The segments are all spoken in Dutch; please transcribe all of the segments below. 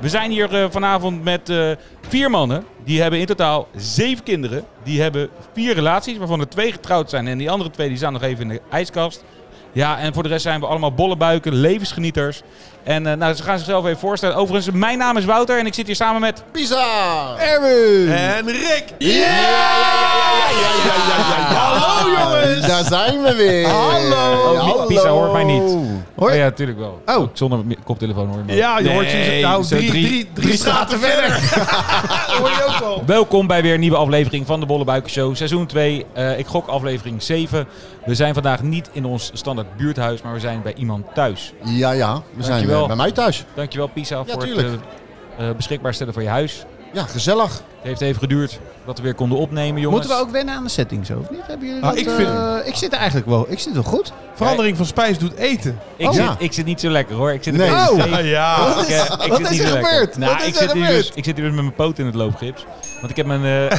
We zijn hier eh, vanavond met eh, vier mannen. Die hebben in totaal zeven kinderen. Die hebben vier relaties, waarvan er twee getrouwd zijn. En die andere twee die staan nog even in de ijskast. Ja, en voor de rest zijn we allemaal bollebuiken, levensgenieters. En eh, nou, ze gaan zichzelf even voorstellen. Overigens, mijn naam is Wouter en ik zit hier samen met... Pisa! Erwin! En Rick! Hallo jongens! Daar zijn we weer! Hallo. Oh, Mi- Pisa hoort mij niet. Hoor Oh je- ja, natuurlijk wel. Oh. Zonder mi- koptelefoon hoor je mij. Ja, je hoort je nou, zo drie, drie- drie, drie, straten verder. hoor je ook al. Welkom bij weer een nieuwe aflevering van de Bolle Buiken Show, seizoen 2. Eh, ik gok aflevering 7. We zijn vandaag niet in ons standaard buurthuis, maar we zijn bij iemand thuis. Ja, ja, we zijn Dankjewel. eh, bij mij thuis. Dankjewel Pisa voor tuurlijk. het eh, eh, beschikbaar stellen van je huis. Ja, gezellig. Het heeft even geduurd dat we weer konden opnemen, jongens. Moeten we ook wennen aan de setting zo, of niet? Hebben jullie Ah, dat, ik vind- eh, ik zit er eigenlijk wel, ik zit wel goed. Verandering van spijs doet eten. Ik, Oh, zit, ja. ik zit niet zo lekker hoor. Ik zit een Nee. beetje Oh. scheef. ja. Ik, eh, ik Wat zit is niet er zo lekker. gebeurd? Nou, Wat is ik, er zit hier gebeurd? dus, ik zit hier dus met mijn poot in het loopgips. Want ik heb mijn, eh,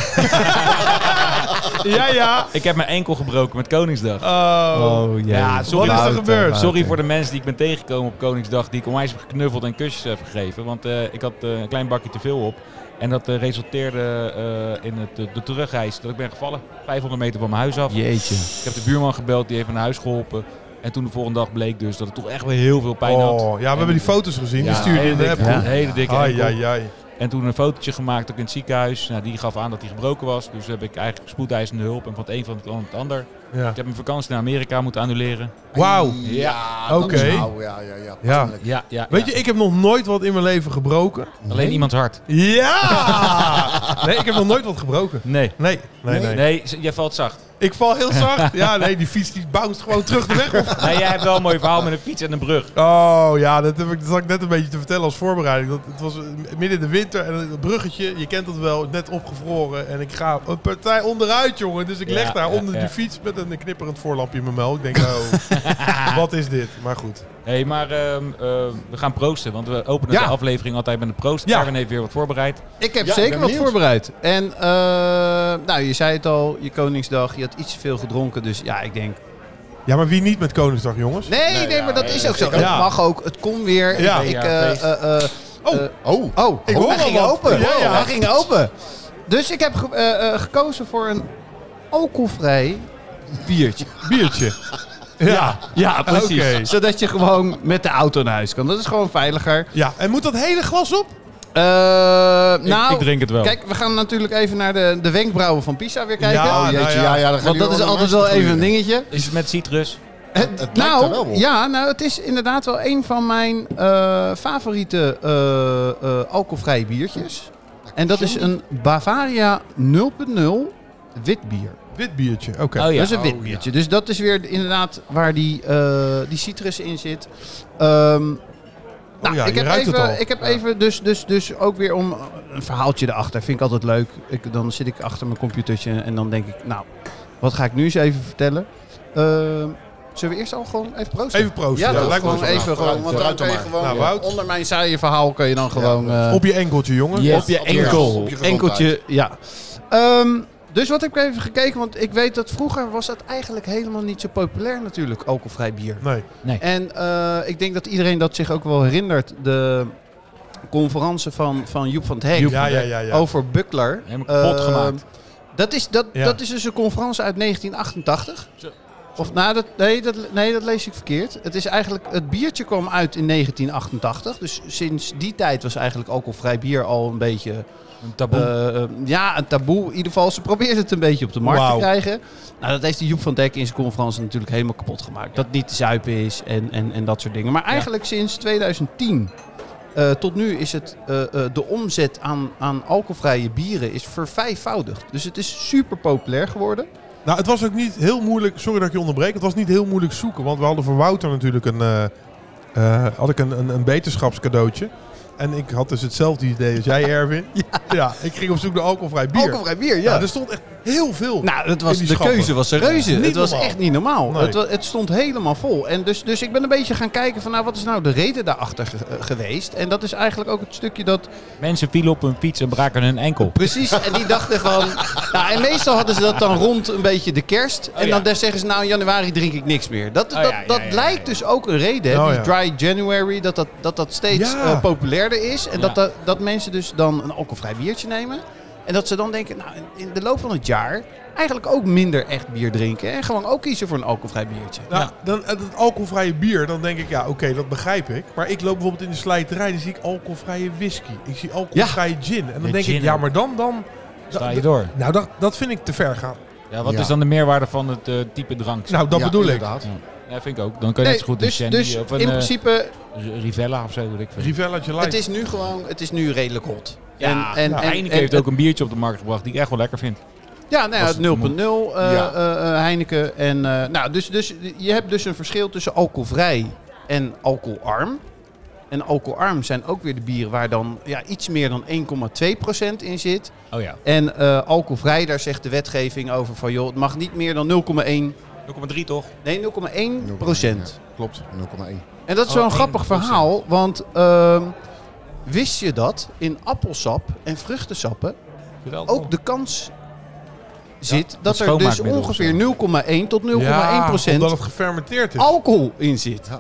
Ja, ja. ik heb mijn enkel gebroken met Koningsdag. Ah, Oh. jee. Ja, Wat sorry. is er gebeurd? Sorry voor de mensen die ik ben tegengekomen op Koningsdag, die ik onwijs heb geknuffeld en kusjes heb gegeven. Want eh, ik had eh, een klein bakje te veel op. En dat eh, resulteerde eh, in het, eh, de terugreis dat ik ben gevallen. 500 meter van mijn huis af. Jeetje. Ik heb de buurman gebeld, die heeft me naar huis geholpen. En toen de volgende dag bleek dus dat ik toch echt wel heel veel pijn had. Oh, ja, we hebben die foto's gezien. Die Ja, stuurde in hele de dikke, app. Ja. Een hele dikke Ai, enkel. ai, ai. En toen een fotootje gemaakt ook in het ziekenhuis. Nou, die gaf aan dat hij gebroken was. Dus heb ik eigenlijk spoedeisende hulp. En van het een van het ander het ander. Ja. Ik heb mijn vakantie naar Amerika moeten annuleren. Wauw. Ja, dat Oké. is nou, ja, ja, ja, Ja. pijnlijk. Ja, ja. Weet je, ik heb nog nooit wat in mijn leven gebroken. Alleen iemands hart. Ja! Nee, ik heb nog nooit wat gebroken. Nee. Nee, nee, nee. Nee, z- jij valt zacht. Ik val heel zacht. Ja, nee, die fiets die bounced gewoon terug de weg op. Nee, jij hebt wel een mooi verhaal met een fiets en een brug. Oh ja, dat, heb ik, dat zat ik net een beetje te vertellen als voorbereiding. Dat, het was eh, midden in de winter en het bruggetje, je kent dat wel, net opgevroren. En ik ga een partij onderuit, jongen. Dus ik Ja, leg daar ja, onder ja. die fiets met een knipperend voorlampje in mijn mel. Ik denk, oh, wat is dit? Maar goed. hey, maar ehm, eh, we gaan proosten. Want we openen Ja. de aflevering altijd met een proost. Ja. Daarin heeft weer wat voorbereid. Ik heb Ja, ik zeker ben wat benieuwd. voorbereid. En, eh, nou, je zei het al, je Koningsdag, je had iets te veel gedronken, dus ja, ik denk... Ja, maar wie niet met Koningsdag, jongens? Nee, nee, Nee, ja, maar dat nee, is ook zo. zeker. Het Ja. mag ook, het kon weer. Ja. Ik, Ja, eh, feest. eh, eh, Oh, eh, Oh, Oh, Ik hoor hij al ging wat. open. Ja, ja. Hij ging open. Dus ik heb ge- eh, eh, gekozen voor een alcoholvrij biertje. Biertje. Ja. Ja, precies. Oké. Zodat je gewoon met de auto naar huis kan. Dat is gewoon veiliger. ja, en moet dat hele glas op? Eh, nou, ik drink het wel. Kijk, we gaan natuurlijk even naar de, de wenkbrauwen van Pisa weer kijken. Ja, oh, nou jeetje, ja. ja, ja, dan gaan Want jullie dat is wel altijd de wel meeste even een groeien. dingetje. Is het met citrus? Het, het lijkt nou, er wel op. ja, nou, het is inderdaad wel een van mijn eh, favoriete eh, eh, alcoholvrije biertjes. En dat is een Bavaria 0.0 wit bier. Wit biertje, oké. Oh ja. dat is een wit oh, biertje. Dus dat is weer inderdaad waar die, eh, die citrus in zit. Ehm, nou, Oh ja, ik je heb ruikt het even, al. ik heb Ja. even dus, dus, dus ook weer om een verhaaltje erachter. Vind ik altijd leuk. Ik, dan zit ik achter mijn computertje en dan denk ik, nou, wat ga ik nu eens even vertellen? Ehm, zullen we eerst al gewoon even proosten? Even proosten. Ja, Ja, dat lijkt me gewoon wel zo. even Nou, gewoon, vooruit, want dan vooruit kan je dan maar. gewoon Nou, Wout. onder mijn saaie verhaal kan je dan gewoon... eh, Op je enkeltje, jongen. Yes. op je Op je enkel. op je gezondheid. Enkeltje, ja. Ehm, dus wat heb ik even gekeken, want ik weet dat vroeger was dat eigenlijk helemaal niet zo populair natuurlijk, alcoholvrij bier. Nee. En eh, ik denk dat iedereen dat zich ook wel herinnert, de conferentie van, van Joep van het Hek Ja, ja, ja. ja. over Buckler. Helemaal kapot Eh, gemaakt. Dat is, dat, Ja. dat is dus een conferentie uit 1988. Zo. Of, nou, dat, nee, dat, nee, dat lees ik verkeerd. Het, is eigenlijk, het biertje kwam uit in 1988. Dus sinds die tijd was eigenlijk alcoholvrij bier al een beetje Een taboe. eh, eh, ja, een taboe. In ieder geval, ze probeert het een beetje op de markt Wauw. te krijgen. Nou, dat heeft die Joep van Dijk in zijn conferentie natuurlijk helemaal kapot gemaakt. Dat het niet te zuipen is en, en, en dat soort dingen. Maar eigenlijk sinds 2010 eh, tot nu is het, eh, eh, de omzet aan, aan alcoholvrije bieren is vervijfvoudigd. Dus het is super populair geworden. Nou, het was ook niet heel moeilijk. Sorry dat ik je onderbreek. Het was niet heel moeilijk zoeken. Want we hadden voor Wouter natuurlijk een. eh, eh, had ik een, een, een beterschapscadeutje. En ik had dus hetzelfde idee als jij, Erwin. ja. ik ging op zoek naar alcoholvrij bier. Alcoholvrij bier, ja. Ja, er stond echt heel veel. Nou, het was, in die de schappen. keuze was een reuze. Ja, niet het was normaal. echt niet normaal. Nee. Het, wa- het stond helemaal vol. En dus, dus ik ben een beetje gaan kijken van nou, wat is nou de reden daarachter ge- eh, geweest? En dat is eigenlijk ook het stukje dat Mensen vielen op hun fiets en braken hun enkel. precies, en die dachten van... Nou, en meestal hadden ze dat dan rond een beetje de kerst. Oh, en dan daar zeggen ze nou, in januari drink ik niks meer. Dat, dat, ja, ja, dat ja, ja, lijkt dus ook een reden, hè, Oh, die ja. dry January, dat dat, dat, dat steeds Ja. eh, populairder is. En Ja. dat, dat, dat mensen dus dan een alcoholvrij biertje nemen. En dat ze dan denken, nou, in de loop van het jaar eigenlijk ook minder echt bier drinken. En gewoon ook kiezen voor een alcoholvrij biertje. Nou, dan, eh, dat alcoholvrije bier, dan denk ik, ja, oké, dat begrijp ik. Maar ik loop bijvoorbeeld in de slijterij, dan zie ik alcoholvrije whisky. Ik zie alcoholvrije gin. En dan De denk ik, gin ja, ook. maar dan... dan Sta je door. Nou, dat, dat vind ik te ver gaan. Ja, wat Ja. is dan de meerwaarde van het eh, type drank? Nou, dat Ja, bedoel ik. inderdaad. Ja, vind ik ook. Dan kun je Nee, net zo goed dus een dus Shandy of in een eh, principe, R- Rivella of zo, weet ik veel. Rivelletje het Light. is nu gewoon, het is nu redelijk hot. Ja, en, Heineken heeft ook een biertje op de markt gebracht die ik echt wel lekker vind. Ja, nou ja, Als het het 0.0 eh, Ja. eh, eh, Heineken. En, eh, nou, dus, dus je hebt dus een verschil tussen alcoholvrij en alcoholarm. En alcoholarm zijn ook weer de bieren waar dan ja, iets meer dan 1,2% in zit. Oh ja. En eh, alcoholvrij, daar zegt de wetgeving over van joh, het mag niet meer dan 0,1. 0,3 toch? Nee, 0,1 procent. Ja, Klopt, 0,1. En dat is Oh, zo'n 1%. grappig verhaal, want ehm, wist je dat in appelsap en vruchtensappen ook de kans zit dat er dus schoonmaakmiddel of ongeveer 0,1 tot 0,1 procent omdat het gefermenteerd is. alcohol in zit. Ja.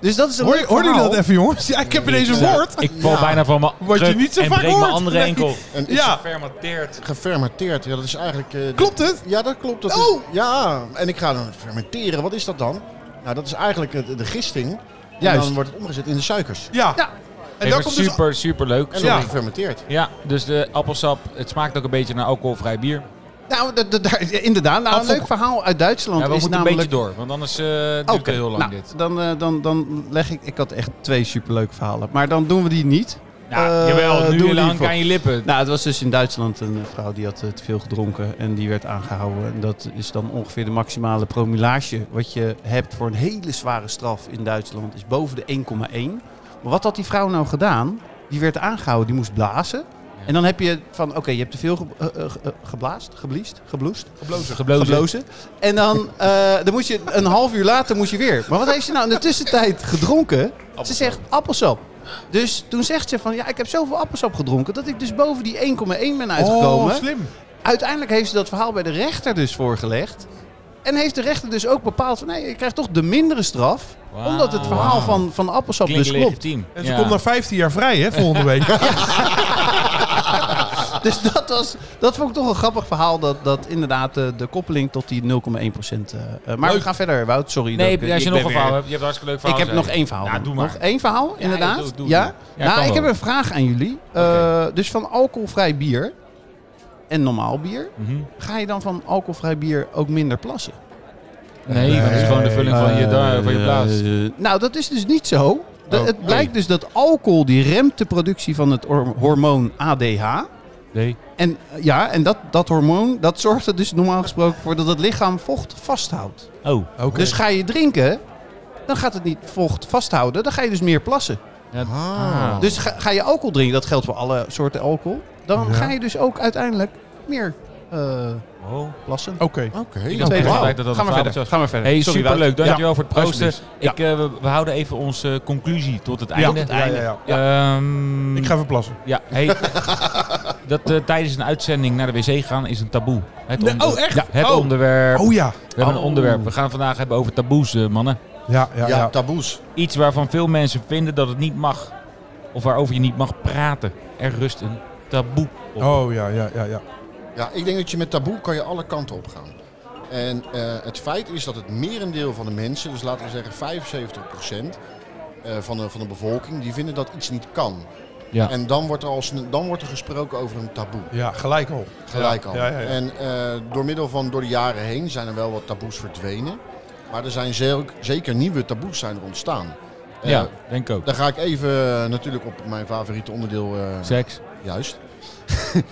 Dus dat is een Hoor, leuk hoorde je verhaal. dat even, jongens? Ja, ik heb ineens een woord. Ik val bijna van mijn Wat je kruk niet zo en vaak breek hoort. mijn andere Nee. enkel. En is Ja. Fermenteerd. gefermenteerd, ja, dat is eigenlijk... eh, Klopt het? Ja, dat klopt. Dat is- ja, en ik ga dan fermenteren. Wat is dat dan? Nou, dat is eigenlijk het- de gisting. En Juist. dan wordt het omgezet in de suikers. Ja. Ja. En dat dan komt dus... super, super leuk. Ja. En dan Ja. wordt het gefermenteerd. dus de appelsap, het smaakt ook een beetje naar alcoholvrij bier. Nou, d- d- daar- inderdaad. Nou, een Appel- leuk verhaal uit Duitsland Ja, we is moeten een beetje namelijk... door, want anders eh duurt het Oké, heel lang nou, dit. Dan, eh, dan, dan leg ik... Ik had echt twee superleuke verhalen. Maar dan doen we die niet. Nou, Eh, jawel, doen nu we die lang voor- aan je lippen. Nou, het was dus in Duitsland een eh, vrouw die had eh, te veel gedronken en die werd aangehouden. En dat is dan ongeveer de maximale promillage wat je hebt voor een hele zware straf in Duitsland. Is boven de 1,1. Maar wat had die vrouw nou gedaan? Die werd aangehouden, die moest blazen. En dan heb je van, oké, je hebt te veel ge- eh, eh, ge- eh, geblaast, gebliest, gebloest, geblozen. geblozen. En dan, eh, dan moest je een half uur later moest je weer. Maar wat heeft ze nou in de tussentijd gedronken? Ze zegt appelsap. Dus toen zegt ze van, ja, ik heb zoveel appelsap gedronken dat ik dus boven die 1,1 ben uitgekomen. Oh, slim. Uiteindelijk heeft ze dat verhaal bij de rechter dus voorgelegd. En heeft de rechter dus ook bepaald van, nee, je krijgt toch de mindere straf. Wauw. Omdat het verhaal van, van appelsap Klinkt dus klopt. legitiem. En ze Ja. komt na 15 jaar vrij, hè, volgende week. Dus dat, was, dat vond ik toch een grappig verhaal. Dat, dat inderdaad eh, de koppeling tot die 0,1 procent. eh, maar we gaan verder, Wout. Sorry. dat ik- Nee, als ik je nog ben een weer- verhaal hebt, je hebt een hartstikke leuk Ik verhaal. heb nog zei. één verhaal. Ja, dan. doe maar. Nog één verhaal, inderdaad? Ja? doe- doe- doe. Ja, nou, kan ik wel. heb een vraag aan jullie. Oké. Eh, dus van alcoholvrij bier en normaal bier, Mhm. ga je dan van alcoholvrij bier ook minder plassen? Nee, want het is gewoon de vulling van je, da- Eh, Eh, van je blaas. Nou, dat is dus niet zo. De- Oh, het nee. blijkt dus dat alcohol die remt de productie van het hor- hormoon ADH. Nee. En eh, ja, en dat, dat hormoon dat zorgt er dus normaal gesproken voor dat het lichaam vocht vasthoudt. Oh, Oké. Dus ga je drinken, dan gaat het niet vocht vasthouden, dan ga je dus meer plassen. Ah. Oh. Dus ga, ga je alcohol drinken, dat geldt voor alle soorten alcohol, dan Ja. ga je dus ook uiteindelijk meer eh, wow. plassen. Oké. Oké. dacht Tweede dat verhaal. het een Gaan we verhaal verder. was. Gaan we verder. Hey, Sorry, Wout. superleuk. Dankjewel voor het proosten. alsjeblieft. Ja. Ik, eh, we, we houden even onze eh, conclusie tot het Ja, einde. tot het einde. Ja, Ehm, Ik ga even plassen. Ja, hey, dat eh, tijdens een uitzending naar de wc gaan is een taboe. Het Nee, onder- oh, echt? Ja, het Oh. onderwerp. Oh ja. We hebben een onderwerp. We gaan het vandaag hebben over taboes, eh, mannen. Ja, ja, Ja, ja. taboes. Iets waarvan veel mensen vinden dat het niet mag. Of waarover je niet mag praten. Er rust een taboe op. Oh ja, ja, ja, ja. Ja, ik denk dat je met taboe kan je alle kanten op gaan. En eh, het feit is dat het merendeel van de mensen, dus laten we zeggen 75% eh, van, de, van de bevolking, die vinden dat iets niet kan. Ja. En dan wordt, er al, sne- dan wordt er gesproken over een taboe. Ja, gelijk al. Gelijk al. Ja, ja, ja. En eh, door middel van door de jaren heen zijn er wel wat taboes verdwenen. Maar er zijn ze- zeker nieuwe taboes zijn er ontstaan. Eh, ja, denk ik ook. Daar ga ik even eh, natuurlijk op mijn favoriete onderdeel. eh, Seks. juist.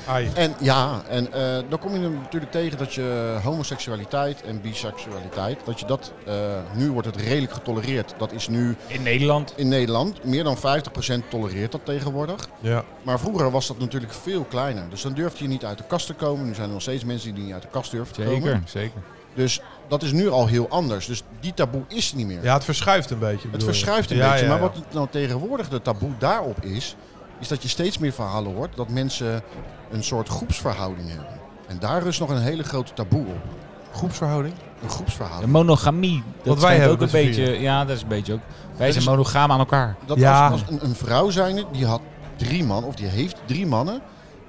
Ai. En ja, en eh, dan kom je er natuurlijk tegen dat je homoseksualiteit en biseksualiteit, dat je dat, eh, nu wordt het redelijk getolereerd. Dat is nu In Nederland. in Nederland, meer dan 50% tolereert dat tegenwoordig. Ja. Maar vroeger was dat natuurlijk veel kleiner. Dus dan durfde je niet uit de kast te komen. Nu zijn er nog steeds mensen die niet uit de kast durven te komen. Zeker, zeker. Dus dat is nu al heel anders. Dus die taboe is er niet meer. ja, het verschuift een beetje. Het bedoel je. verschuift een Ja, beetje. ja, Maar ja. wat het nou tegenwoordig de taboe daarop is, is dat je steeds meer verhalen hoort dat mensen een soort groepsverhouding hebben. En daar rust nog een hele grote taboe op. groepsverhouding? Een De groepsverhouding. monogamie. Dat wij schijnt hebben ook een met z'n beetje. Ja, dat is een beetje ook. Wij Dat zijn is- monogaam aan elkaar. Dat Ja. als, als een, een vrouw zijnde, die had drie man, of die heeft drie mannen.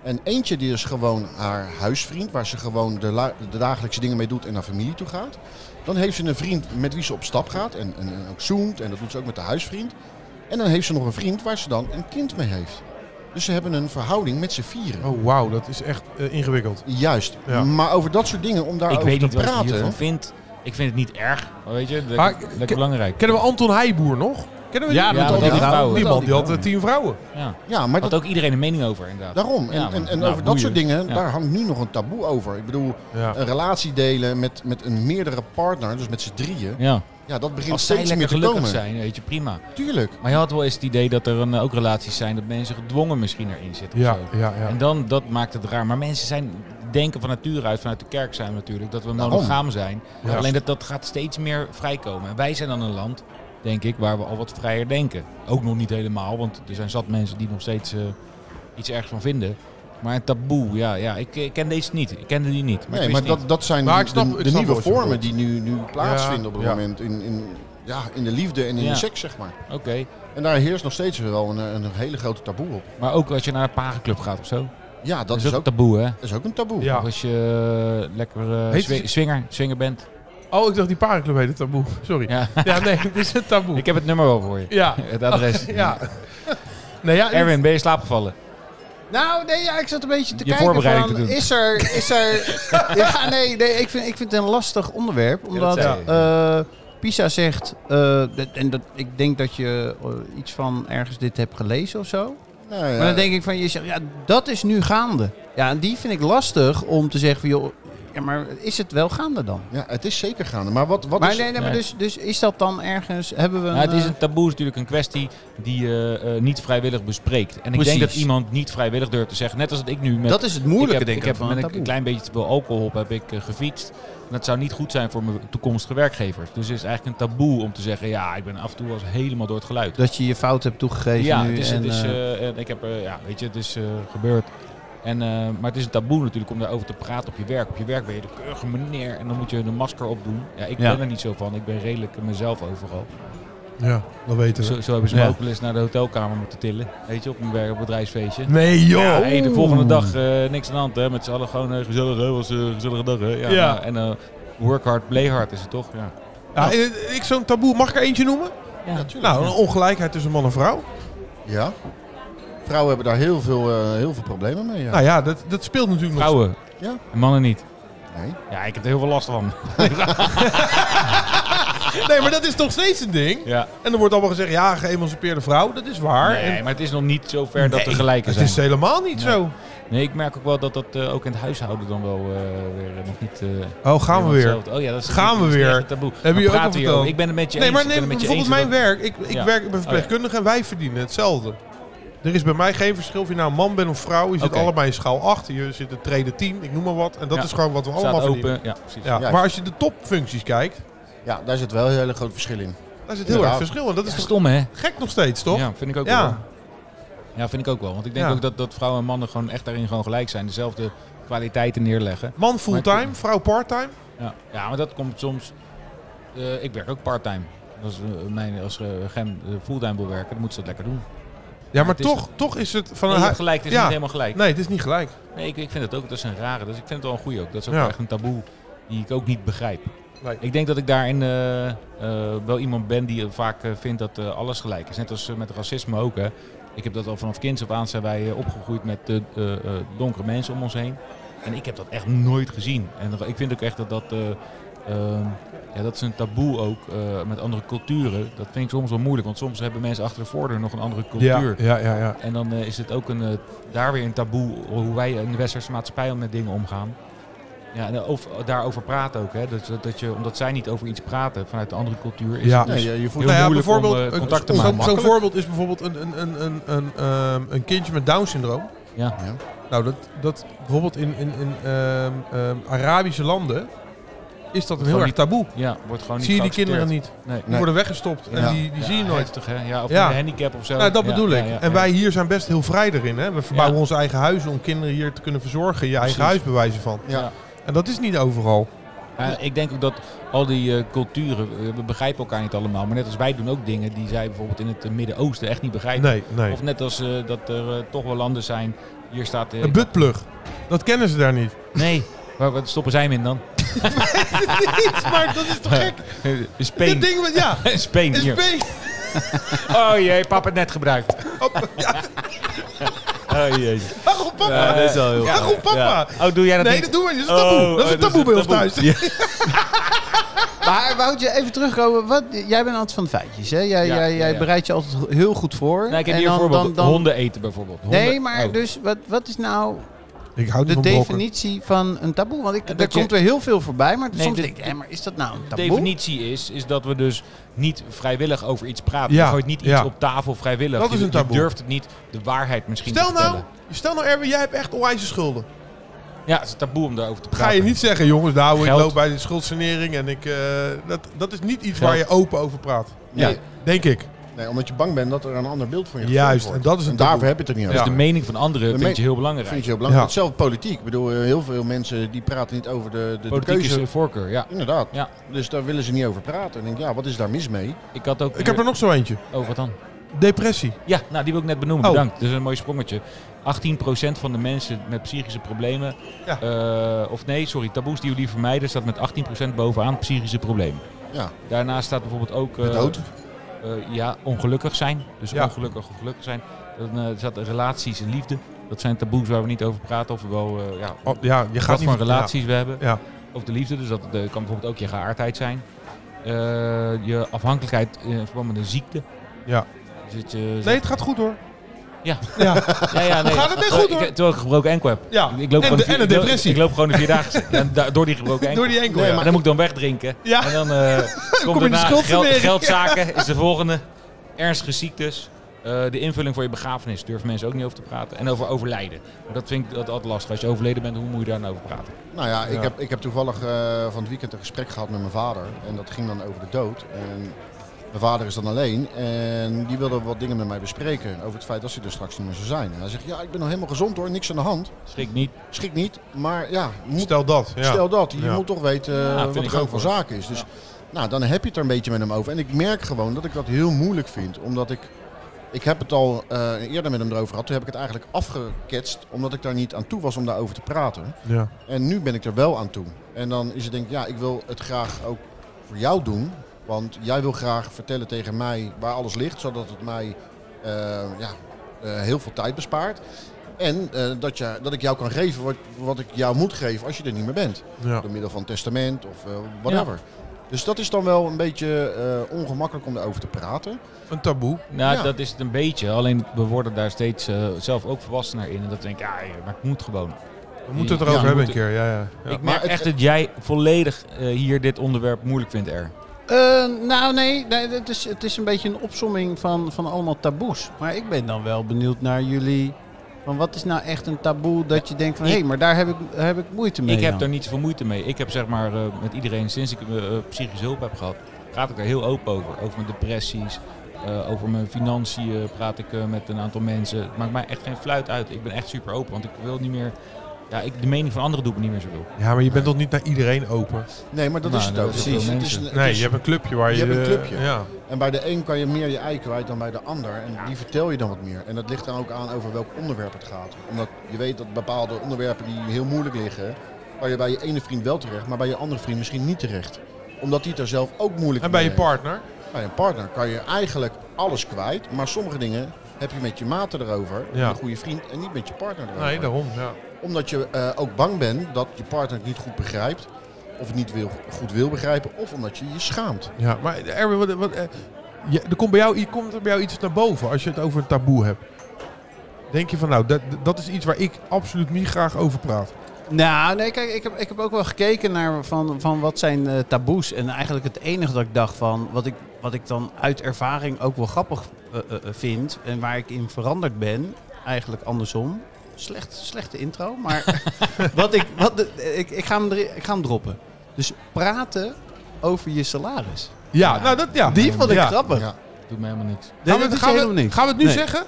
En eentje die is gewoon haar huisvriend, waar ze gewoon de, la- de dagelijkse dingen mee doet en naar familie toe gaat. Dan heeft ze een vriend met wie ze op stap gaat en, en, en ook zoomt. En dat doet ze ook met de huisvriend. En dan heeft ze nog een vriend waar ze dan een kind mee heeft. Dus ze hebben een verhouding met z'n vieren. Oh, wauw, dat is echt eh, ingewikkeld. Juist. Ja. Maar over dat soort dingen, om ik daarover weet te niet wat ik praten. hiervan vind. Ik vind het niet erg. maar Weet je, Maar- lekker, lekker Ke- belangrijk. Kennen we Anton Heijboer nog? Kennen we Ja, die? met Ja, al met die al die vrouwen. vrouwen. Die man die had eh, het. tien vrouwen. Ja. ja, maar Had dat, ook iedereen een mening over, inderdaad. daarom. En, Ja, en, maar- en nou, over dat boeien. soort dingen, Ja. daar hangt nu nog een taboe over. Ik bedoel, Ja. een relatie delen met, met een meerdere partner, dus met z'n drieën. Ja. Ja, dat begint Als zij steeds meer lekker te gelukkig komen. zijn, weet je, prima. Tuurlijk. Maar je had wel eens het idee dat er een, eh, ook relaties zijn dat mensen gedwongen misschien erin zitten. of Ja, zo. ja, ja. En dan, dat maakt het raar. Maar mensen zijn, denken van nature uit, vanuit de kerk zijn we natuurlijk, dat we Daarom. monogaam zijn. Ja. Alleen dat, dat gaat steeds meer vrijkomen. En wij zijn dan een land, denk ik, waar we al wat vrijer denken. Ook nog niet helemaal, want er zijn zat mensen die nog steeds eh, iets ergs van vinden. Maar een taboe, ja, ja ik, ik ken deze niet. Ik kende die niet. Maar nee, ik maar wist dat, dat zijn Maar ik de- snap- ik de, snap wel nieuwe wat je vormen die bedoelt. nu, nu plaatsvinden Ja, op het ja. moment. In, in, ja, in de liefde en in Ja. de seks, zeg maar. niet. Oké. En daar heerst nog steeds wel een, een hele grote taboe op. Maar ook als je naar een pagenclub gaat of zo. Ja, dat Dat is, ook, taboe, hè? dat is ook een taboe. Ja. Of als je eh, lekker eh Heet swi- het- swinger, swinger bent. Oh, ik dacht die parenclub heette taboe. Sorry. Ja, Ja. nee, het is een taboe. ik heb het nummer wel voor je. Ja. Het adres. Ja. Nou ja, Erwin, ben je slaapgevallen? Nou, nee, ja, ik zat een beetje te Je kijken voorbereiding van, te doen. Is er, is er... ja, nee, nee ik, vind, ik vind het een lastig onderwerp. Omdat zei eh, Pisa zegt, eh, dat- en dat, ik denk dat je eh, iets van ergens dit hebt gelezen of zo. Nou ja, Maar dan denk ik van, je zegt, ja, dat is nu gaande. Ja, en die vind ik lastig om te zeggen van, joh, ja, maar is het wel gaande dan? ja, het is zeker gaande. Maar wat, wat maar is... nee, nee, maar nee. dus, dus is dat dan ergens, hebben we een... Nou, het is eh, een taboe, is natuurlijk een kwestie die je eh, niet vrijwillig bespreekt. En ik Precies. denk dat iemand niet vrijwillig durft te zeggen. Net als dat ik nu met. dat is het moeilijke, ik heb, denk ik, ik heb van met een een, taboe. klein beetje te veel alcohol op heb ik eh, gefietst. En dat zou niet goed zijn voor mijn toekomstige werkgevers. Dus het is eigenlijk een taboe om te zeggen: ja, ik ben af en toe wel eens helemaal door het geluid. Dat je je fout hebt toegegeven Ja, nu het is, en, het is, eh, eh, en ik heb, eh, ja, weet je, het is eh, gebeurd. En, eh, maar het is een taboe natuurlijk om daarover te praten op je werk. Op je werk ben je de keurige meneer en dan moet je een masker opdoen. Ja, ik Ja. ben er niet zo van. Ik ben redelijk mezelf overal. Ja, dat weten we. Zo, zo hebben ze Ja. me ook wel eens naar de hotelkamer moeten tillen. Weet je, op mijn werk op bedrijfsfeestje. Nee, joh. Ja, hey, de volgende dag eh, niks aan de hand hè. Met z'n allen gewoon eh, gezellig. hè, was eh, een gezellige dag hè. Ja, Ja. nou, en eh, work hard, play hard is het toch? Ja. Ja, eh, ik zo'n taboe, mag ik er eentje noemen? nou. Ja, Nou, een ongelijkheid tussen man en vrouw. Ja. Vrouwen hebben daar heel veel, eh, heel veel problemen mee. Ja. Nou ja, dat, dat speelt natuurlijk nog. Vrouwen. Ja. En mannen niet. Nee. Ja, ik heb er heel veel last van. Nee, maar dat is nog steeds een ding. Ja. En er wordt allemaal gezegd, ja, geëmancipeerde vrouw, dat is waar. Nee, En maar het is nog niet zo ver dat er Nee, gelijken het zijn. is helemaal niet Nee. zo. Nee, ik merk ook wel dat dat eh, ook in het huishouden dan wel eh, weer nog niet... eh, Oh, gaan we helemaal weer. hetzelfde. Oh ja, dat is Gaan we dat is weer. echt een taboe. Heb je Maar je ook praten al hier verteld? over. Ik ben het met je Nee, eens. maar ik ben neem het met je bijvoorbeeld eens mijn dat- werk. Ik, ik Ja. werk bij Oh, ja. verpleegkundigen en wij verdienen hetzelfde. Er is bij mij geen verschil of je nou een man bent of vrouw. Je zit Oké. allebei in schaal 8, je zit in treden 10, ik noem maar wat. En dat Ja. is gewoon wat we allemaal Staat verdienen. open. Ja, precies. Ja. Ja. Maar als je de topfuncties kijkt, Ja, daar zit wel een hele groot verschil in. daar zit heel erg Inderdaad. verschil. En dat Dat is is toch stom, hè? gek nog steeds, toch? Ja, vind ik ook Ja. wel. Ja, vind ik ook wel. Want ik denk Ja. ook dat, dat vrouwen en mannen gewoon echt daarin gewoon gelijk zijn. Dezelfde kwaliteiten neerleggen. Man Maar fulltime, ik- vrouw parttime. Ja, ja maar dat komt soms... eh, ik werk ook parttime. Als, eh, mijn, als eh, Gem eh, fulltime wil werken, dan moet ze dat lekker doen. Ja, maar het is- toch, toch is het van Nee, een je hui- hebt gelijk, het is Ja. niet helemaal gelijk. Nee, het is niet gelijk. Nee, ik, ik vind het ook, dat is een rare. Dus ik vind het wel een goede ook. Dat is ook Ja. echt een taboe die ik ook niet begrijp. Nee. Ik denk dat ik daarin eh, eh, wel iemand ben die eh, vaak eh, vindt dat eh, alles gelijk is. Net als eh, met racisme ook. Hè. Ik heb dat al vanaf kinds af aan zijn wij eh, opgegroeid met eh, eh, eh, donkere mensen om ons heen. En ik heb dat echt nooit gezien. En ik vind ook echt dat dat eh, ehm, ja, dat is een taboe ook eh, met andere culturen. Dat vind ik soms wel moeilijk, want soms hebben mensen achter de voordeur nog een andere Ja, cultuur. ja, ja, ja. En dan eh, is het ook een, eh, daar weer een taboe hoe wij in de westerse maatschappij met dingen omgaan. Ja, en eh, of, daarover praten ook. Hè. Dat, dat je, omdat zij niet over iets praten vanuit een andere cultuur. Is Ja. het Nee, dus je, je voelt heel Nou ja, moeilijk om bijvoorbeeld, eh, een- contact te zo'n- maken. Zo'n Makkelijk. voorbeeld is bijvoorbeeld een, een, een, een, een, ehm, een kindje met Down-syndroom. Ja. Ja. Nou, dat, dat bijvoorbeeld in, in, in ehm, ehm, Arabische landen is dat een heel Gewoon erg taboe. Ja, wordt gewoon niet Zie je die geaccepteerd. kinderen niet. Nee. Die worden weggestopt Ja. en die, die Ja, zie je nooit. heftig, hè? Ja, of Ja. een handicap of zo. Nou, dat Ja, bedoel ja, ik. ja, ja. en wij hier zijn best heel vrij erin. Hè? We verbouwen Ja. ons eigen huis om kinderen hier te kunnen verzorgen. Je eigen Precies. huis bewijzen van. Ja. En dat is niet overal. Ja, ik denk ook dat al die eh, culturen, eh, we begrijpen elkaar niet allemaal. Maar net als wij doen ook dingen die zij bijvoorbeeld in het eh, Midden-Oosten echt niet begrijpen. Nee, nee. Of net als eh, dat er eh, toch wel landen zijn. Hier staat... eh, Een buttplug. Dat kennen ze daar niet. nee, waar, wat stoppen zij hem in dan? maar dat is toch gek? Een Dit speen. ding met, ja, Een speen is hier. been. Oh jee, papa het net gebruikt. Oh jezus. Waarom papa? Ja, dat is wel heel Waarom papa? Oh, doe jij dat Nee, niet? dat doen we niet. Dat is taboe. Oh, dat is een dat is taboe bij ons een thuis. taboe. Maar Woutje, even terugkomen. Wat, jij bent altijd van de feitjes, hè? Jij, Ja, jij, ja, jij ja. bereidt je altijd heel goed voor. Nee, Nou, ik heb En hier dan- een voorbeeld. dan- dan- Honden eten bijvoorbeeld. Honden- Nee, maar Oh. dus wat, wat is nou Ik hou de niet van brokken. definitie van een taboe? Want ik, Dat er je- komt weer heel veel voorbij, maar Nee, soms de- denk ik, hé, maar is dat nou een De taboe? definitie is, is dat we dus niet vrijwillig over iets praten. Ja, Je gooit niet iets ja. op tafel vrijwillig. Dat is Je- een taboe. Je durft het niet, de waarheid misschien Stel te nou, vertellen. stel nou Erwin, jij hebt echt onwijze schulden. Ja, het is een taboe om daarover te praten. nou- Ga je niet zeggen, jongens, nou, ik Geld. loop bij de schuldsanering en ik... eh, dat, dat is niet iets Geld. waar je open over praat. Nee, Denk ik. nee, omdat je bang bent dat er een ander beeld van je Juist, gevormd wordt. en dat is een en daarvoor taboe. heb je het er niet Dus over. de mening van anderen De vind je heel me- Dat vind belangrijk. je heel belangrijk. Ja. Hetzelfde politiek. Ik bedoel, eh, heel veel mensen die praten niet over de, de, de Politiek is keuze. een voorkeur, ja. Inderdaad. Ja. Dus daar willen ze niet over praten. En ik denk, ja, wat is daar mis mee? Ik had ook... Ik heb er nog zo eentje. Oh, wat dan? Depressie. Ja, nou, die wil ik net benoemen. Oh. Bedankt. Dus een mooi sprongetje. 18% van de mensen met psychische problemen... Ja. eh, of nee, sorry, taboes die jullie vermijden... staat met 18% bovenaan psychische problemen. Ja. Daarnaast staat bijvoorbeeld ook... eh, De dood. eh, ja, ongelukkig zijn. Dus Ja. ongelukkig of gelukkig zijn. Dan eh, staat er relaties en liefde. Dat zijn taboes waar we niet over praten. Of we wel, eh, ja, Oh, ja, je gaat wat niet... voor ja. relaties we hebben. Ja. Of de liefde. Dus dat eh, kan bijvoorbeeld ook je geaardheid zijn. Eh, je afhankelijkheid eh, in verband met een ziekte. Ja. Dus het, eh, Nee, het gaat goed hoor. Ja. ja. ja, ja, nee. Gaat het echt goed, Ik- hoor? Terwijl ik een gebroken enkel heb. Ja. Ik loop en, gewoon de, vier- en een ik loop- depressie. Ik loop gewoon de vierdaagse. en da- door die gebroken enkel. Door die enkel, ja. En dan moet ik dan wegdrinken. Ja. En dan eh Kom komt in de daarna schuld geld, weer. geldzaken is de volgende. Ernstige ziektes. Eh, de invulling voor je begrafenis durven mensen ook niet over te praten. En over overlijden. Maar dat vind ik dat altijd lastig. Als je overleden bent, hoe moet je daar nou over praten? Nou ja, ik, Ja. Heb, ik heb toevallig eh, van het weekend een gesprek gehad met mijn vader. En dat ging dan over de dood. En mijn vader is dan alleen. En die wilde wat dingen met mij bespreken. Over het feit dat ze er straks niet meer zou zijn. En hij zegt, ja, ik ben nog helemaal gezond hoor. Niks aan de hand. Schrik niet. Schrik niet. Maar ja, je moet, Stel dat. Ja. stel dat. Je Ja. moet toch weten eh, vind wat ik de gang ook, van hoor. zaken is. Dus nou, dan heb je het er een beetje met hem over. En ik merk gewoon dat ik dat heel moeilijk vind. Omdat ik... Ik heb het al eh, eerder met hem erover gehad. Toen heb ik het eigenlijk afgeketst. Omdat ik daar niet aan toe was om daarover te praten. Ja. En nu ben ik er wel aan toe. En dan is het denk ik, ja, ik wil het graag ook voor jou doen. Want jij wil graag vertellen tegen mij waar alles ligt, zodat het mij eh, ja, eh, heel veel tijd bespaart. En eh, dat, je, dat ik jou kan geven wat, wat ik jou moet geven als je er niet meer bent. Ja. Door middel van testament of eh, whatever. Dus dat is dan wel een beetje eh, ongemakkelijk om daarover te praten. Een taboe. Nou, Ja. dat is het een beetje. Alleen we worden daar steeds eh, zelf ook volwassener in. En dat denk ik, ja, maar het moet gewoon. We moeten het Ja, erover we hebben een moeten- keer. Ja, ja. ja. ik maar merk het- echt dat jij volledig eh, hier dit onderwerp moeilijk vindt, Er. Eh, nou, nee, nee het, is, het is een beetje een opsomming van, van allemaal taboes. Maar ik ben dan wel benieuwd naar jullie. Van wat is nou echt een taboe dat je denkt van... hé, Ik- hey, maar daar heb ik, heb ik moeite mee Ik heb dan. daar niet zoveel moeite mee. Ik heb zeg maar eh, met iedereen, sinds ik eh, eh, psychische hulp heb gehad, praat ik daar heel open over. Over mijn depressies, eh, over mijn financiën praat ik eh, met een aantal mensen. Het maakt mij echt geen fluit uit. Ik ben echt super open, want ik wil niet meer... Ja, ik, de mening van anderen doet me niet meer zoveel. ja, maar je bent toch niet naar iedereen open? Nee, maar dat Nou, is het dat ook. is Het is- veel het is een- het Nee, is- je hebt een clubje waar je... je hebt een eh, clubje. Ja. En bij de een kan je meer je ei kwijt dan bij de ander. En die vertel je dan wat meer. En dat ligt dan ook aan over welk onderwerp het gaat. Omdat je weet dat bepaalde onderwerpen die heel moeilijk liggen, waar je bij je ene vriend wel terecht, maar bij je andere vriend misschien niet terecht. Omdat die het er zelf ook moeilijk En bij je mee partner? heeft. Bij een partner kan je eigenlijk alles kwijt, maar sommige dingen heb je met je maten erover, met Ja. een goede vriend en niet met je partner erover. Nee, daarom. Ja. Omdat je eh, ook bang bent dat je partner het niet goed begrijpt. of niet wil, goed wil begrijpen, of omdat je je schaamt. Ja, maar Erwin, wat, wat, eh, je- er komt bij, jou, hier komt er bij jou iets naar boven als je het over een taboe hebt. Denk je van nou, dat, dat is iets waar ik absoluut niet graag over praat. Nou, nee, kijk, ik heb, ik heb ook wel gekeken naar van, van wat zijn eh, taboes. En eigenlijk het enige dat ik dacht van, wat ik, wat ik dan uit ervaring ook wel grappig eh, eh, eh, vind en waar ik in veranderd ben, eigenlijk andersom. Slecht, slechte intro, maar wat ik, wat de- ik, ik, ga hem erin- ik ga hem droppen. Dus praten over je salaris. Ja, nou dat ja. Die vond ik Ja. grappig. Ja. Doet me helemaal niks. Nee, Gaan we, dat het, is gaan, we, helemaal niks. gaan we het nu Nee. zeggen?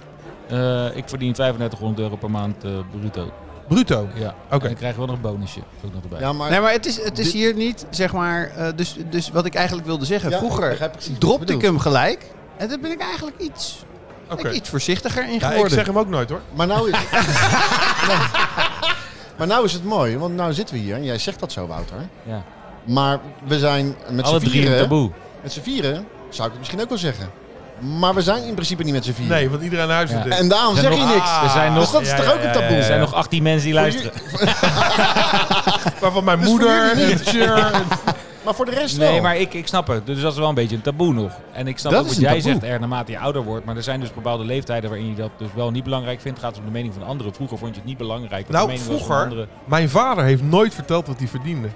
Eh, ik verdien 3500 euro per maand eh, bruto. Bruto. Ja. Oké. En ik krijg wel nog een bonusje ook nog erbij. Ja, maar, Nee, maar het is, het is Dit- hier niet, zeg maar, eh, dus, dus wat ik eigenlijk wilde zeggen. Ja, ik Vroeger begrijp precies wat je dropte ik bedoelt. hem gelijk. En daar ben ik eigenlijk iets, Oké. ben ik iets voorzichtiger in Ja, geworden. ik zeg hem ook nooit hoor. maar nou is... Nee. Maar nou is het mooi, want nou zitten we hier en jij zegt dat zo, Wouter. Ja. Maar we zijn met z'n Alle drie een vieren, taboe. met z'n vieren, zou ik het misschien ook wel zeggen. Maar we zijn in principe niet met z'n vieren. Nee, want iedereen naar huis Ja. zit. Ah. En daarom Er zeg zijn je nog- niks. Er zijn nog, dus dat is ja, toch ja, ook een ja, taboe? er zijn nog 18 mensen die luisteren. Maar van mijn Dus voor moeder. jullie en- en- Maar voor de rest wel. Nee, maar ik, ik snap het. Dus dat is wel een beetje een taboe nog. En ik snap Dat ook is wat een jij taboe. zegt, er naarmate je ouder wordt. Maar er zijn dus bepaalde leeftijden waarin je dat dus wel niet belangrijk vindt. Gaat het om de mening van anderen. Vroeger vond je het niet belangrijk. Wat Nou, de mening was van vroeger- anderen. Mijn vader heeft nooit verteld wat hij verdiende.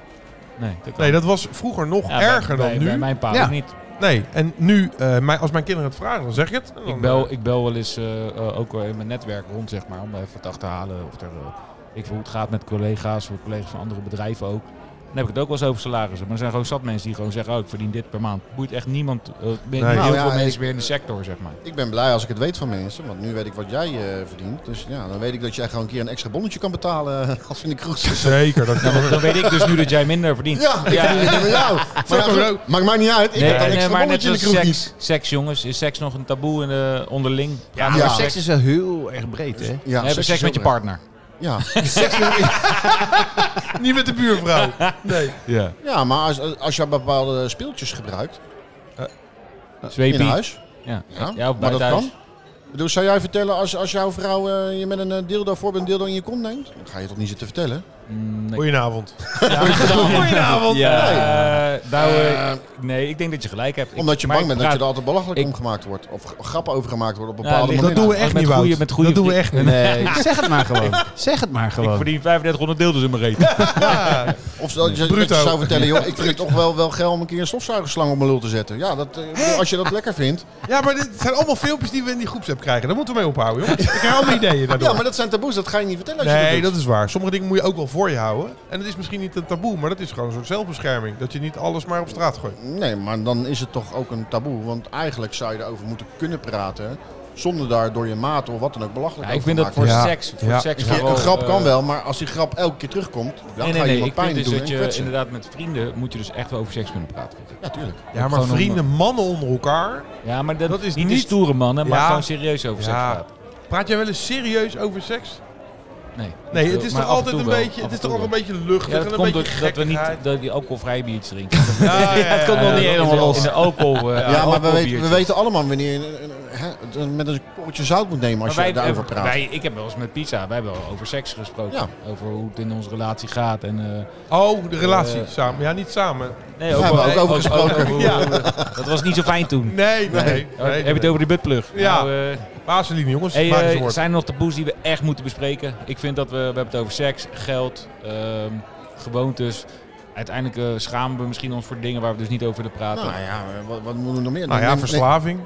Nee, dat kan. Nee, dat was vroeger nog Ja, bij- erger dan bij- nu. Bij mijn pa Ja. ook niet. Nee, en nu, eh, mijn, als mijn kinderen het vragen, dan zeg ik het. En dan, Ik bel, eh, ik bel wel eens eh, eh, ook wel in mijn netwerk rond, zeg maar. Om even wat achter te halen. Of er, eh, ik hoe het gaat met collega's. Of collega's van andere bedrijven ook. Dan heb ik het ook wel eens over salarissen. Maar er zijn gewoon zat mensen die gewoon zeggen: Oh, ik verdien dit per maand. Boeit echt niemand. eh, niet Nou, heel ja, veel mensen ik- meer in de sector, zeg maar. Ik ben blij als ik het weet van mensen, want nu weet ik wat jij eh, verdient. Dus ja, dan weet ik dat jij gewoon een keer een extra bonnetje kan betalen eh, als we in de kroeg zitten. Zeker, dat kan Dan, dan weet ik dus nu dat jij minder verdient. Ja, ik Ja. verdien het niet met jou. Maar ja, Zo kan goed, ook. maakt mij niet uit. Ik heb dan een extra maar net bonnetje in de als kroeg seks, niet. seks, jongens. Is seks nog een taboe in de onderling? Ja, Maar Ja. seks is wel heel erg breed, hè? Ja, hebben is seks met je heel partner. erg. Ja. niet met de buurvrouw. Nee. Ja. ja, maar als, als je bepaalde speeltjes gebruikt in Eh, Zweepie. huis, Ja. ja, Ja, of bij maar dat thuis. kan. Ik bedoel, zou jij vertellen als, als jouw vrouw eh, je met een eh, dildo voor een dildo in je kont neemt? Dan ga je toch niet zitten vertellen? Mm, nee. Goedenavond. Goedenavond. Ja, eh, nou, eh, Eh, nee, ik denk dat je gelijk hebt. Ik- Omdat je maar bang ik bent dat je praat- er altijd belachelijk ik- om gemaakt wordt. Of g- grappen over gemaakt wordt op Ja, bepaalde ligt- momenten. doen we echt met niet, goede- Wout. Met goede Dat doen we vrienden- echt niet. Nee, zeg het maar gewoon. Zeg het maar Ik gewoon. verdien 3500 deeltjes in mijn reet. Of dat je, dat je Bruto. zou vertellen, joh, ik vind het toch wel, wel geil om een keer een stofzuigerslang op mijn lul te zetten. Ja, dat, eh, als je dat lekker vindt. Ja, maar dit zijn allemaal filmpjes die we in die groepsapp krijgen. Daar moeten we mee ophouden, joh. Ik krijg allemaal ideeën daardoor. Ja, maar dat zijn taboes, dat ga je niet vertellen als je nee, dat dat is waar. Sommige dingen moet je ook wel voor je houden. En het is misschien niet een taboe, maar dat is gewoon een soort zelfbescherming. Dat je niet alles maar op straat gooit. doet. Nee, maar dan is het toch ook een taboe. Want eigenlijk zou je erover moeten kunnen praten. Zonder daar door je maat of wat dan ook belachelijk Ja, ik over vind te dat maken. voor Ja. seks. Voor Ja. seks Ik vind, vooral, een grap eh, kan wel, maar als die grap elke keer terugkomt, dan Nee, nee, ga je nee. iemand Ik pijn vind dus doen en dat je kwetsen. inderdaad met vrienden moet je dus echt wel over seks kunnen praten. vind ik. Ja, tuurlijk. Ja, maar gewoon om- vrienden, mannen onder elkaar. Ja, maar dat, Dat is is niet de niet- stoere mannen, maar Ja. gewoon serieus over seks Ja. praten. Praat jij wel eens serieus over seks? Nee, Nee, het is Maar toch af en toe altijd een wel. Af beetje, het en is toe toch al wel. een beetje luchtig Ja, en dat een komt beetje doordat we niet gekkigheid. dat die alcoholvrij biertjes drinken. Ja, ja, ja, het komt nog ja, niet ja. helemaal los. In de alcohol. eh, Ja, maar we weten, we alcoholbiertjes. weten allemaal wanneer je eh, hè, het met een korreltje zout moet nemen als Maar je wij- daarover eh, praat. wij- ik heb wel eens met pizza, wij hebben wel over seks gesproken. Ja. Over hoe het in onze relatie gaat. En, eh, Oh, de relatie Eh, samen. Ja, niet samen. nee, ook wel- ook over gesproken. over hoe- Dat was niet zo fijn toen. Nee, nee. nee, Oh, heb je het nee. over die buttplug? Ja. Nou, eh, Vaseline, jongens. hey, maak eens eh, een woord. zijn er nog taboes die we echt moeten bespreken? Ik vind dat we, we hebben het over seks, geld, ehm, gewoontes. Uiteindelijk eh, schamen we misschien ons voor dingen waar we dus niet over willen praten. Nou ja, wat, wat moeten we nog meer? Nou ja, Neem- verslaving.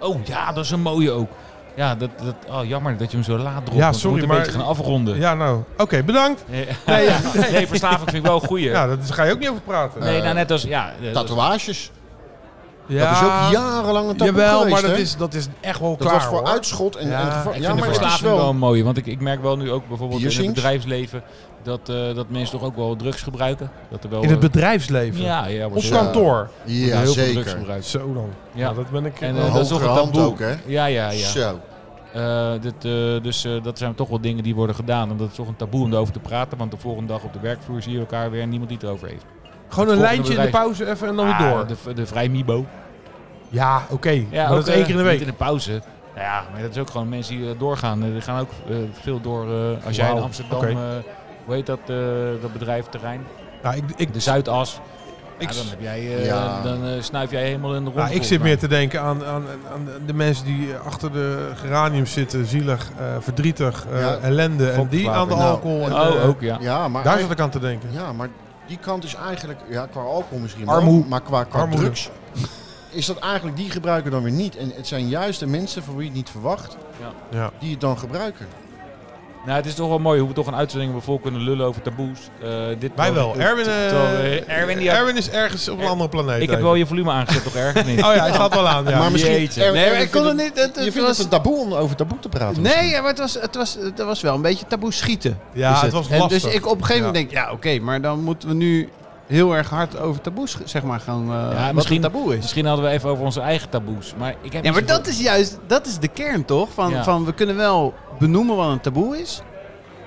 Oh ja, dat is een mooie ook. Ja, dat, dat, oh, jammer dat je hem zo laat dropt. Ja, want we sorry, moeten maar- een beetje gaan afronden. Ja, nou. Oké, bedankt. Nee, nee, verslaving vind ik wel een goeie. Ja, daar ga je ook niet over praten. nee, nou net als... Ja, eh, Tatoeages. Ja, Dat is ook jarenlang een taboe Jawel, geweest, maar dat hè? is, dat is echt wel Dat klaar, was voor hoor. uitschot en, Ja, en ik gevo- vind Ja, de maar het is verslaving wel... wel... een mooie. Want ik, ik merk wel nu ook bijvoorbeeld in Piercings? het bedrijfsleven... Dat, eh, dat mensen toch ook wel drugs gebruiken. Dat er wel, In het eh, bedrijfsleven. Ja, ja. wordt Ons er- Ja. kantoor. wordt er Ja, heel veel drugs zeker. gebruikt. Zo dan. Ja. Nou, dat ben ik... En, eh, eh, dat is toch Hogere een hand taboe. ook, hè? Ja, ja, ja. Zo. Eh, dit, eh, dus eh, dat zijn toch wel dingen die worden gedaan. En dat is toch een taboe om erover te praten. Want de volgende dag op de werkvloer zie je elkaar weer en niemand die het over heeft. gewoon een volgende lijntje in de bedrijf. pauze even en dan weer Ah, door. De, de vrij Mibo. Ja, oké. Ja, maar dat is één eh, keer niet in de week. in de pauze. Nou ja, maar dat is ook gewoon mensen die eh, doorgaan. Eh, Die gaan ook eh, veel door. eh, als jij Wauw, in Amsterdam, oké. eh, hoe heet dat, eh, dat bedrijf, terrein? Nou, ik, ik, De Zuidas. ik, Ja, dan, heb jij, eh, Ja. dan eh, snuif jij helemaal in de rond. nou, ik zit meer te denken aan, aan, aan de mensen die eh, achter de geraniums zitten. Zielig, eh, verdrietig, eh, Ja. ellende. En die aan de Nou, alcohol. en, Oh, eh, ook ja. Ja, maar Daar zat ik aan te denken. Ja, maar die kant is eigenlijk, ja, qua alcohol misschien wel, Armoe. maar qua, qua Armoede. drugs is dat eigenlijk, die gebruiken dan weer niet. En het zijn juist de mensen van wie je het niet verwacht, Ja. die het dan gebruiken. Nou, het is toch wel mooi hoe we toch een uitzending hebben vol kunnen lullen over taboes. Eh, dit Wij terwijl- wel. Erwin, eh, terwijl, eh, Erwin, die had- Erwin is ergens op een andere planeet. ik heb wel je volume aangezet, toch ergens niet? even. Oh ja, hij staat wel aan. Ja. Maar misschien... Jeetje. Er- Nee, er- maar ik kon het niet. Het, Je het vindt het was, een taboe om over taboe te praten? nee, ja, maar het was, het, was, het was wel een beetje taboe schieten. Ja, is het was En lastig. dus ik op een gegeven moment denk, ja oké, maar dan moeten we nu heel erg hard over taboes zeg maar gaan, eh, wat misschien- misschien, taboe is. Misschien hadden we even over onze eigen taboes. Maar ik heb Ja, maar niet zoveel- dat is juist, dat is de kern toch? Van, Ja. van we kunnen wel benoemen wat een taboe is.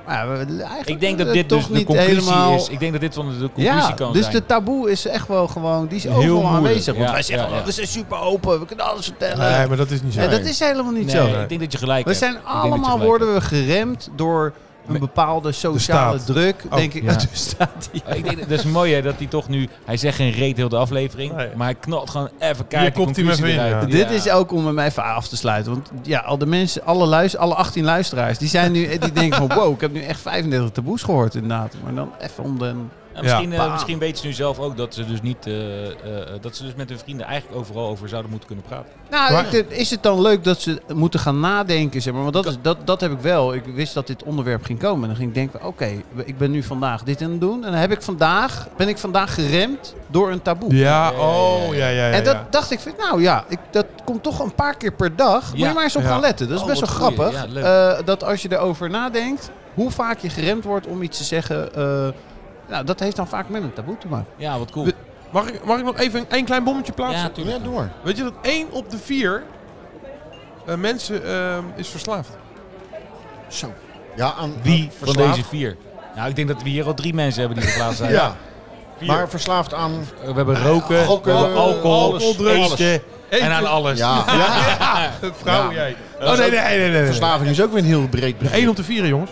Maar we, eigenlijk Ik denk eh, dat dit toch dus de niet conclusie helemaal... is. Ik denk dat dit van de conclusie Ja, kan dus zijn. de taboe is echt wel gewoon, die is Heel overal moeilijk, aanwezig. Want ja, wij zeggen, ja, ja. wel, we zijn super open, we kunnen alles vertellen. Nee, maar dat is niet zo. En dat is helemaal niet nee, zo. ik denk dat je gelijk We hebt. zijn dat je allemaal gelijk worden we geremd door een Met- bepaalde sociale staat. druk. Oh, denk ik, ja. de staat die. Ik denk, dat is mooi hè, dat hij toch nu... Hij zegt geen reet heel de aflevering. Nee. Maar hij knalt gewoon even Hier kijken. komt hij maar weer in, ja. Dit is ook om hem even af te sluiten. Want ja, al de mensen, alle, luister, alle 18 luisteraars, die zijn nu die denken van wow, ik heb nu echt 35 taboes gehoord inderdaad. Maar dan even om de. misschien, Ja. eh, misschien weten ze nu zelf ook dat ze dus niet... eh, eh, eh, dat ze dus met hun vrienden eigenlijk overal over zouden moeten kunnen praten. Nou, Maar- ik- is het dan leuk dat ze moeten gaan nadenken? Zeg maar? Want dat, is, dat, dat heb ik wel. Ik wist dat dit onderwerp ging komen. En dan ging ik denken, oké, ik ben nu vandaag dit aan het doen. En dan heb ik vandaag, ben ik vandaag geremd door een taboe. Ja, oh, ja, ja, ja. en dat ja. dacht ik, van, nou ja, ik, dat komt toch een paar keer per dag. Moet Ja. je maar eens op Ja. gaan letten. Dat is Oh, best wel wat goeie. grappig. Ja, eh, dat als je erover nadenkt, hoe vaak je geremd wordt om iets te zeggen. eh, nou, dat heeft dan vaak met een taboe te maken. Ja, wat cool. We- Mag, ik, mag ik nog even een, één klein bommetje plaatsen? Ja, Ja, tuurlijk. door. Weet je dat 1 op de 4 mensen ehm, is verslaafd? Zo. Ja, aan Wie aan van verslaafd- deze vier? Nou, ik denk dat we hier al drie mensen hebben die verplaatst Ja. zijn. Eh, Maar verslaafd aan... We hebben roken, Gokken, alcohol, alles, drugs, alles. eten en aan alles. Ja. Vrouw, Ja. jij. Oh, nee, nee, nee. nee, nee. Verslaving is ook weer een heel breed begrip. 1 op de 4, jongens.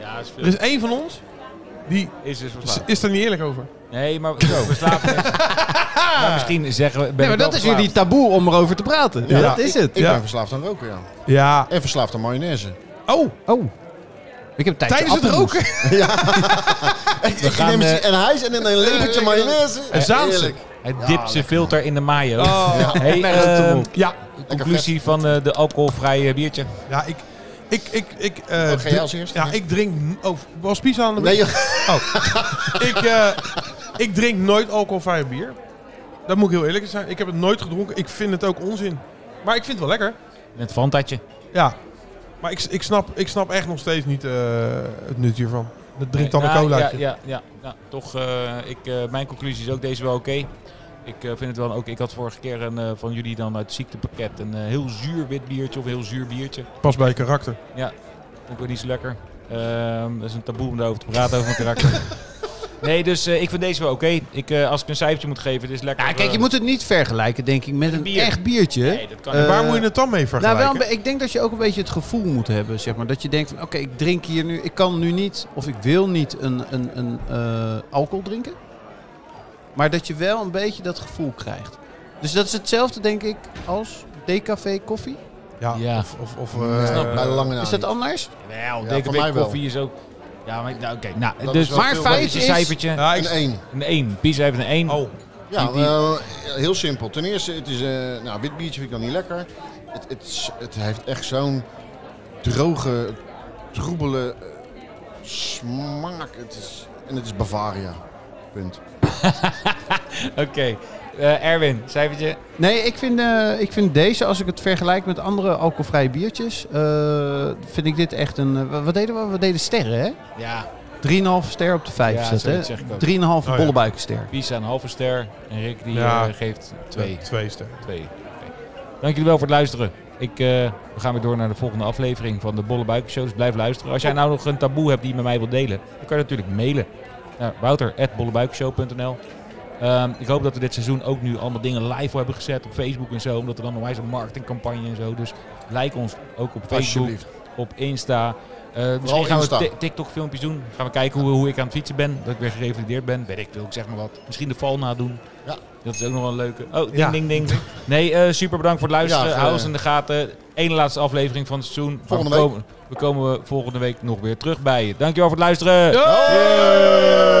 Ja, is, veel. Er is één van ons die is dus is, verslaafd. is er niet eerlijk over. Nee, maar zo, verslaafd is. Maar misschien zeggen we... ben Nee, maar ik wel dat is verslaafd. jullie taboe om erover te praten. Ja. Dat is het. Ik Ja. ben verslaafd aan roken, ja. Ja. En verslaafd aan mayonaise. Oh, Oh. Ik heb tijd tijdens het roken. Ik gaan, neem eh, en hijs en een lepeltje mayonaise. En Zaanse. Heerlijk. Hij dipt zijn filter in de mayo. Oh. Hey, ehm, Ja. conclusie van eh, de alcoholvrije biertje. Ja, ik... Ik, ik, ik, eh, Oh, ga jij als drink- eerste? Ja, ik drink... Oh, was Pies aan de Nee, beurt? joh. ik, eh, ik drink nooit alcoholvrij bier. Dat moet ik heel eerlijk zijn. Ik heb het nooit gedronken. Ik vind het ook onzin. Maar ik vind het wel lekker. Met Fantatje. Ja. Maar ik, ik, snap, ik snap echt nog steeds niet eh, het nut hiervan. Dat drinkt dan Nee, een nou, colaatje. Ja, ja, ja, ja. toch. eh, ik, eh, mijn conclusie is ook deze wel oké. Ik eh, vind het wel oké. Ik had vorige keer een, eh, van jullie dan uit het ziektepakket een eh, heel zuur wit biertje of een heel zuur biertje. Pas bij je karakter. Vond ik wel niet zo lekker. Ehm, dat is een taboe om daarover te praten, over mijn karakter. Nee, dus eh, ik vind deze wel oké. Ik, eh, als ik een cijfertje moet geven, het is lekker. Ja, kijk, je eh, moet het niet vergelijken, denk ik, met een bier. echt biertje. Nee, dat kan Eh, niet. Waar moet je het dan mee Nou, vergelijken? wel, een be- ik denk dat je ook een beetje het gevoel moet hebben, zeg maar. Dat je denkt van, oké, ik drink hier nu, ik kan nu niet, of ik wil niet een, een, een eh, alcohol drinken. Maar dat je wel een beetje dat gevoel krijgt. Dus dat is hetzelfde, denk ik, als decafé koffie. Nou, ja. Ja. Of, of, of Ik eh, snap het bij de lange na is niet. dat anders? Wel, Ja, dikke voor bek mij wel. koffie is ook... Ja, maar nou, oké. Nou, Dat dus is wel maar veel feit beter. is een is- cijfertje. ja, Een ik, één. Een 1. Pies heeft een 1. oh, Ja, Die- wel, eh, heel simpel. Ten eerste, het is, eh, nou, wit biertje vind ik dan niet lekker. Het, het, is- het heeft echt zo'n droge, troebele eh, smaak. Het is, en het is Bavaria. Punt. Oké. Eh, Erwin, cijfertje. Nee, ik vind, eh, ik vind deze, als ik het vergelijk met andere alcoholvrije biertjes, eh, vind ik dit echt een... eh, wat deden we? We deden sterren, hè? Ja. 3,5 ster op de 5 Ja, is dat, zoiets hè? zeg ik ook. 3,5 ja. bollebuikenster. Pies aan een halve ster. En Rick die Ja. eh, geeft 2. twee sterren. Twee. Oké. Dank jullie wel voor het luisteren. Ik, eh, we gaan weer door naar de volgende aflevering van de Bolle Buiken Show. Dus blijf luisteren. Als jij nou nog een taboe hebt die je met mij wilt delen, dan kan je natuurlijk mailen naar wouter.bollebuikenshow.nl Ehm, Ik hoop dat we dit seizoen ook nu allemaal dingen live hebben gezet op Facebook en zo. Omdat we dan nog eens een marketingcampagne en zo. Dus like ons ook op Facebook, Alsjeblieft. op Insta. Eh, misschien gaan we Insta. ti- TikTok-filmpjes doen. Gaan we kijken hoe, hoe ik aan het fietsen ben. Dat ik weer gerevalideerd ben. Weet ik veel, ik zeg maar wat. Misschien de val nadoen. Ja. Dat is ook nog wel een leuke. Oh, ding, Ja. ding, ding. Nee, eh, super bedankt voor het luisteren. Ja, Hou eh, ons in de gaten. Eén laatste aflevering van het seizoen. Maar Volgende we week. Komen, we komen volgende week nog weer terug bij je. Dankjewel voor het luisteren. Hey!